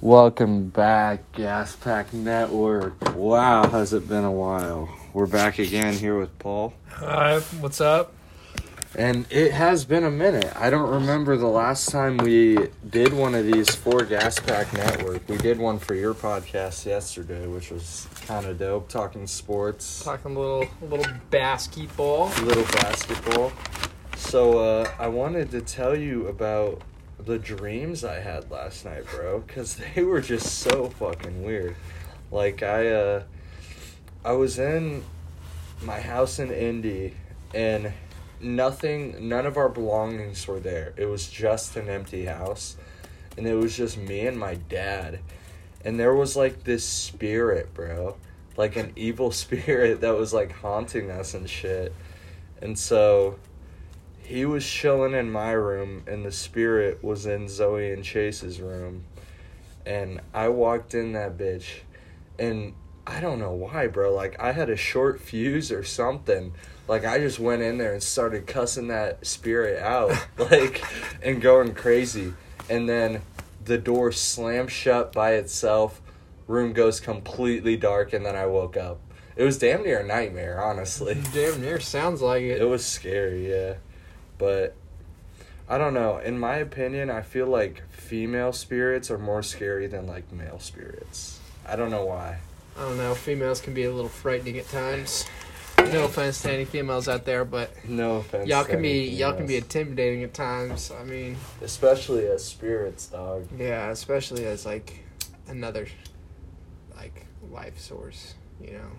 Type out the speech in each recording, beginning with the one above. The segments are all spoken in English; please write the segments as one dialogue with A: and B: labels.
A: Welcome back, Gas Pack Network. Wow, has it been a while? We're back again here with Paul.
B: Hi, what's up?
A: And it has been a minute. I don't remember the last time we did one of these for Gas Pack Network. We did one for your podcast yesterday, which was kind of dope, talking sports,
B: Talking a little, a little basketball.
A: a little basketball. So uh, I wanted to tell you about the dreams I had last night, bro, because they were just so fucking weird. Like I, uh, I was in my house in Indy, and nothing, none of our belongings were there. It was just an empty house, and it was just me and my dad. And there was like this spirit, bro, like an evil spirit that was like haunting us and shit. And so he was chilling in my room, and the spirit was in Zoe and Chase's room. And I walked in that bitch, and I don't know why, bro. Like, I had a short fuse or something. Like, I just went in there and started cussing that spirit out, like, and going crazy. And then the door slammed shut by itself, room goes completely dark, and then I woke up. It was damn near a nightmare, honestly
B: Damn near sounds like
A: it
B: it.
A: was scary yeah but i don't know in my opinion i feel like female spirits are more scary than like male spirits i don't know why
B: I don't know. Females can be a little frightening at times. No offense to any females out there, but
A: no offense
B: y'all
A: to
B: can be
A: anything
B: y'all can be
A: else.
B: intimidating at times. I mean,
A: especially as spirits dog
B: yeah, especially as like another like life source. You know,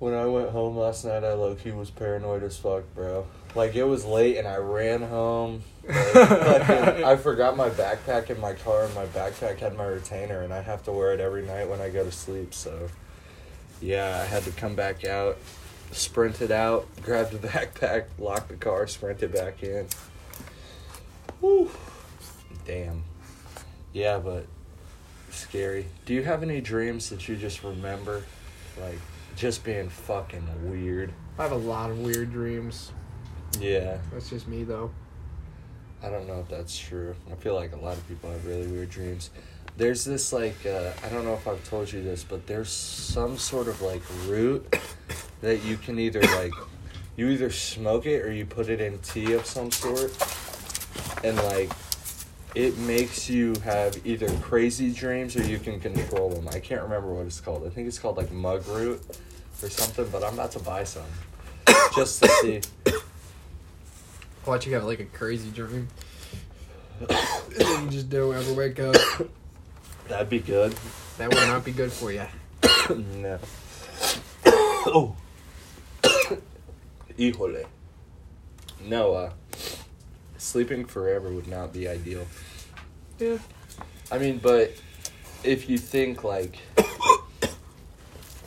A: when i went home last night i low-key was paranoid as fuck bro like it was late and i ran home like, fucking- i forgot my backpack in my car and my backpack had my retainer and i have to wear it every night when i go to sleep so yeah i had to come back out sprinted out grabbed the backpack locked the car sprinted back in Whew. damn yeah but scary do you have any dreams that you just remember like just being fucking weird
B: I have a lot of weird dreams.
A: yeah
B: That's just me though.
A: I don't know if that's true. I feel like a lot of people have really weird dreams. There's this like uh, I don't know if I've told you this, but there's some sort of like root that you can either like you either smoke it or you put it in tea of some sort, and like it makes you have either crazy dreams or you can control them. I can't remember what it's called. I think it's called like mug root or something. But I'm about to buy some just to see.
B: Watch you have like a crazy dream. and then you just don't ever wake up.
A: That'd be good.
B: That would not be good for you.
A: No. oh. Híjole. No, uh, sleeping forever would not be ideal.
B: Yeah.
A: I mean, but if you think, like,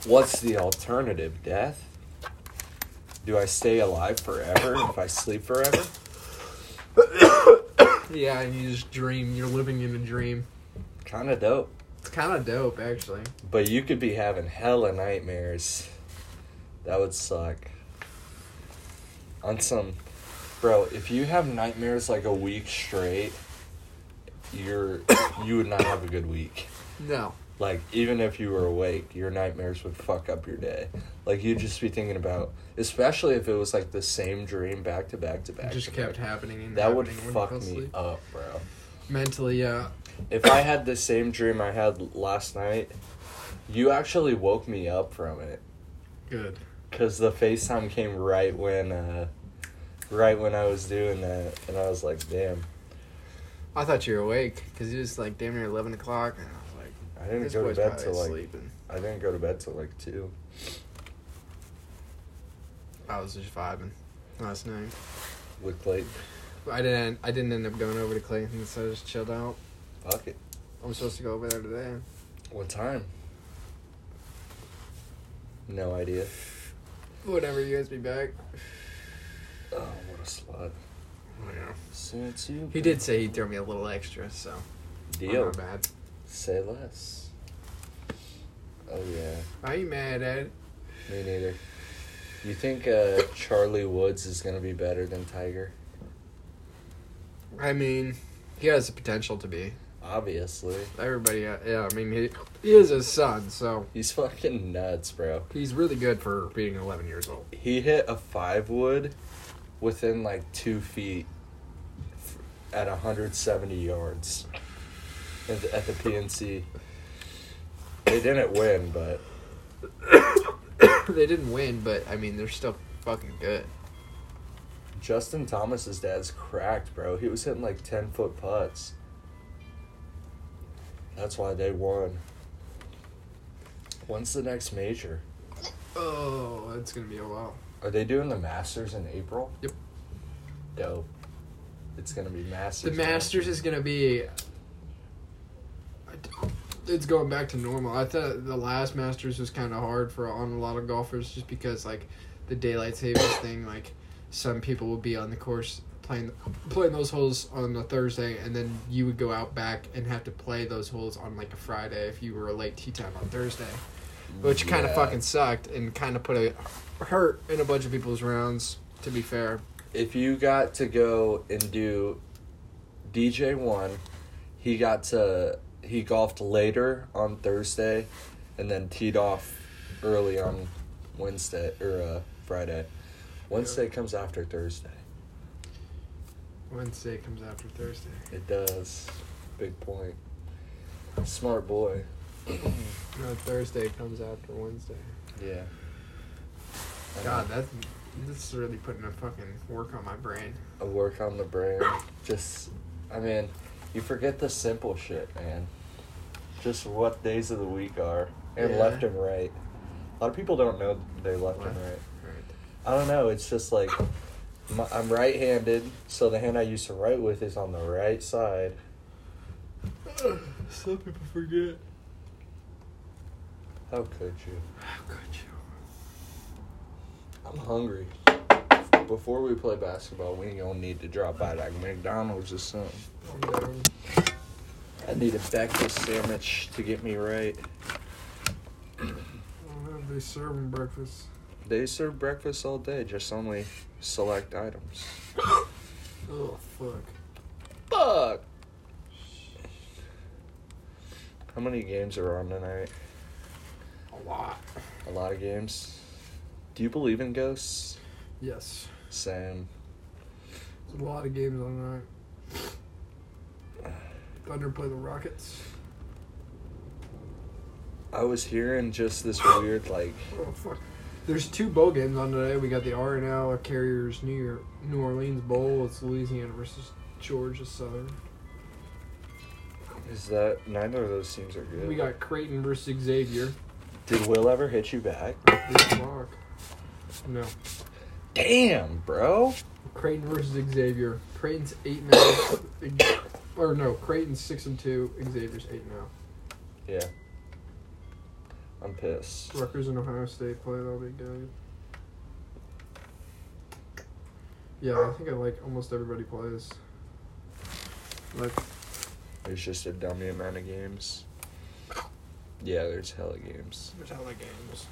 A: what's the alternative? Death? Do I stay alive forever if I sleep forever?
B: Yeah, and you just dream. You're living in a dream.
A: Kind of dope.
B: It's kind of dope, actually.
A: But you could be having hella nightmares. That would suck. On some, bro. If you have nightmares like a week straight, you're you would not have a good week.
B: No.
A: Like even if you were awake, your nightmares would fuck up your day. Like you'd just be thinking about, especially if it was like the same dream back to back to
B: It
A: back.
B: just
A: to back.
B: kept happening. And
A: That would
B: happening when you
A: fuck
B: fell
A: me
B: asleep.
A: up, bro.
B: Mentally, yeah.
A: If I had the same dream I had last night, you actually woke me up from it.
B: Good.
A: Cause the FaceTime came right when, uh, right when I was doing that, and I was like, "Damn,
B: I thought you were awake because it was like damn near 11 o'clock. And I was like,
A: I didn't
B: this
A: go to
B: boy's
A: bed
B: probably
A: till like
B: sleeping.
A: I didn't go to bed till like two.
B: I was just vibing last night.
A: Looked like
B: I didn't. I didn't end up going over to Clayton, so I just chilled out.
A: fuck it.
B: I'm supposed to go over there today.
A: What time? No idea.
B: Whenever you guys be back.
A: Oh, what a slut. Since you
B: He did say he threw me a little extra, so I'm
A: deal.
B: not bad.
A: Say less. Oh yeah,
B: I ain't mad at it.
A: me neither. You think uh, Charlie Woods is gonna be better than Tiger?
B: I mean, he has the potential to be.
A: obviously.
B: Everybody, uh, yeah, I mean, he, he is his son, so
A: He's fucking nuts, bro.
B: he's really good for being 11 years old.
A: He hit a five wood within like two feet f- at 170 yards at the, at the PNC. They didn't win, but
B: they didn't win, but I mean, they're still fucking good.
A: Justin Thomas's dad's cracked, bro. He was hitting like 10 foot putts. That's why they won. When's the next major?
B: Oh, that's gonna be a while.
A: Are they doing the Masters in April?
B: Yep.
A: Dope. It's gonna be Masters.
B: The Masters is gonna be. I d- It's going back to normal. I thought the last Masters was kind of hard for on a lot of golfers, just because like the daylight savings thing. Like some people would be on the course playing playing those holes on a Thursday, and then you would go out back and have to play those holes on like a Friday if you were a late tee time on Thursday, which kind of
A: Yeah.
B: fucking sucked and kind of put a hurt in a bunch of people's rounds. To be fair,
A: If you got to go and do DJ one, he got to he golfed later on Thursday, and then teed off early on Wednesday or uh, Friday. Wednesday comes after Thursday.
B: Wednesday comes after Thursday.
A: It does. Big point. Smart boy.
B: No, Thursday comes after Wednesday.
A: Yeah.
B: God, that this is really putting a fucking work on my brain.
A: a work on the brain. Just, I mean, you forget the simple shit, man. Just what days of the week are, and
B: Yeah.
A: left and right. A lot of people don't know they're left and
B: Left.
A: right. I don't know. It's just like my, I'm right-handed, so the hand I used to write with is on the right side.
B: Right. Some people forget.
A: How could you?
B: How could you?
A: I'm hungry. Before we play basketball, we ain't gonna need to drop by like McDonald's or something.
B: I'm down.
A: I need a breakfast sandwich to get me right.
B: I don't have they serving breakfast.
A: They serve breakfast all day, just only select items.
B: Oh fuck.
A: Fuck! How many games are on tonight?
B: A lot.
A: A lot of games. Do you believe in ghosts?
B: Yes.
A: Sam.
B: There's a lot of games on tonight. Thunder play the Rockets.
A: I was hearing just this weird, like,
B: Oh fuck. There's two bowl games on today. We got the R and L Carriers New York, New Orleans Bowl. It's Louisiana versus Georgia Southern.
A: is that neither of those teams are good?
B: We got Creighton versus Xavier.
A: Did Will ever hit you back?
B: This block. No.
A: Damn, bro.
B: Creighton versus Xavier. Creighton's eight and zero. or no, Creighton's six and two. Xavier's eight and zero.
A: Yeah. I'm pissed.
B: Rutgers and Ohio State play. That'll be good. Yeah, I think I like almost everybody plays. Like
A: There's just a dummy amount of games. Yeah, there's hella games.
B: there's hella games.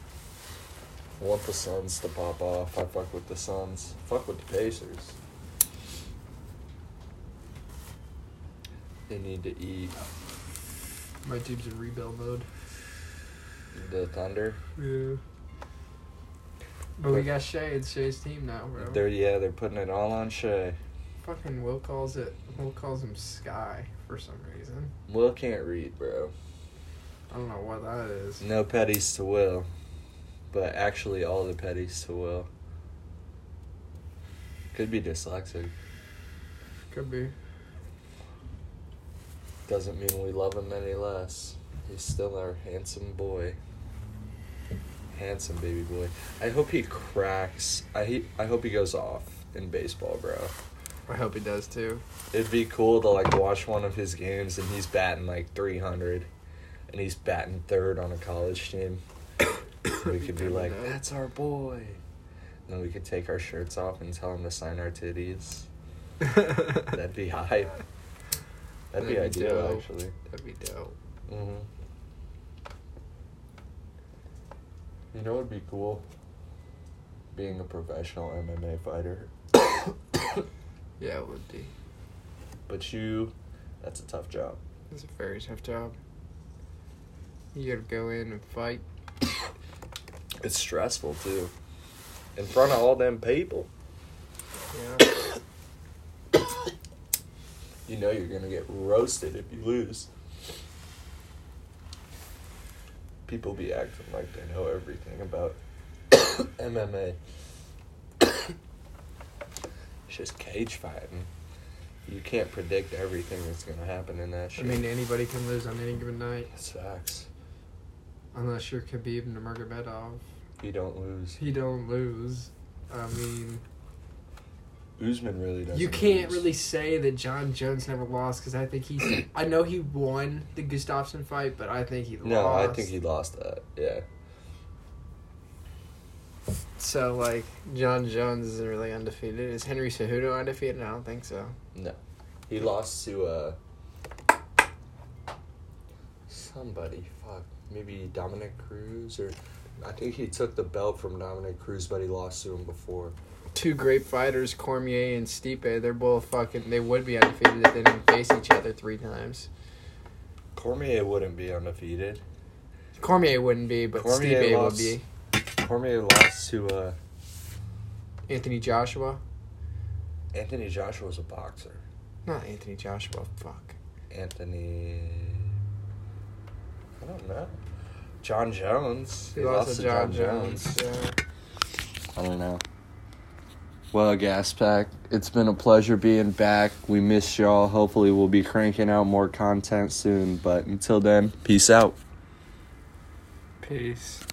A: I want the Suns to pop off. I fuck with the Suns. Fuck with the Pacers. They need to eat
B: My team's in rebuild mode.
A: the Thunder.
B: Yeah. But we got Shay. It's Shay's team now, bro.
A: They're yeah, they're putting it all on Shea.
B: Fucking Will calls it. Will calls him Sky for some reason.
A: Will can't read, bro.
B: I don't know what that is.
A: No petties to Will, but actually all the petties to Will. Could be dyslexic.
B: Could be.
A: Doesn't mean we love him any less. He's still our handsome boy. Handsome baby boy. I hope he cracks. I he, I hope he goes off in baseball, bro.
B: I hope he does too.
A: It'd be cool to like watch one of his games and he's batting like 300 and he's batting third on a college team. we could be like,
B: Nice.
A: "That's our boy." And then we could take our shirts off and tell him to sign our titties.
B: That'd
A: That'd be hype. That'd be
B: That'd be
A: ideal
B: dope.
A: actually.
B: be dope.
A: hmm You know what would be cool? Being a professional MMA fighter.
B: Yeah, it would be.
A: But you, that's a tough job.
B: It's a very tough job. You gotta go in and fight.
A: It's stressful too. In front of all them people,
B: Yeah.
A: you know you're gonna get roasted if you lose. People be acting like they know everything about MMA. it's just cage fighting. You can't predict everything that's gonna happen in that
B: I
A: shit.
B: mean, anybody can lose on any given night,
A: it sucks.
B: unless you're Khabib Nurmagomedov.
A: You don't lose.
B: He don't lose. I mean,
A: Usman really doesn't.
B: you can't
A: lose.
B: really say that John Jones never lost because I think he's. I know he won the Gustafsson fight, but I think he lost.
A: No, I think he lost that. Yeah.
B: So like John Jones isn't really undefeated. Is Henry Cejudo undefeated? I don't think so.
A: He lost to uh somebody. Fuck, maybe Dominic Cruz or I think he took the belt from Dominic Cruz, but he lost to him before.
B: Two great fighters, Cormier and Stipe. They're both fucking. They would be undefeated if they didn't face each other three times.
A: Cormier wouldn't be undefeated.
B: Cormier wouldn't be, but
A: Cormier
B: Stipe
A: lost.
B: would be.
A: Cormier lost to uh
B: Anthony Joshua,
A: Anthony Joshua's a boxer.
B: not Anthony Joshua. Fuck.
A: Anthony I don't know. John Jones.
B: He lost to John Jones. Yeah.
A: I don't know. Well, Gaspack, it's been a pleasure being back. We miss y'all. Hopefully, we'll be cranking out more content soon. But until then, peace out.
B: Peace.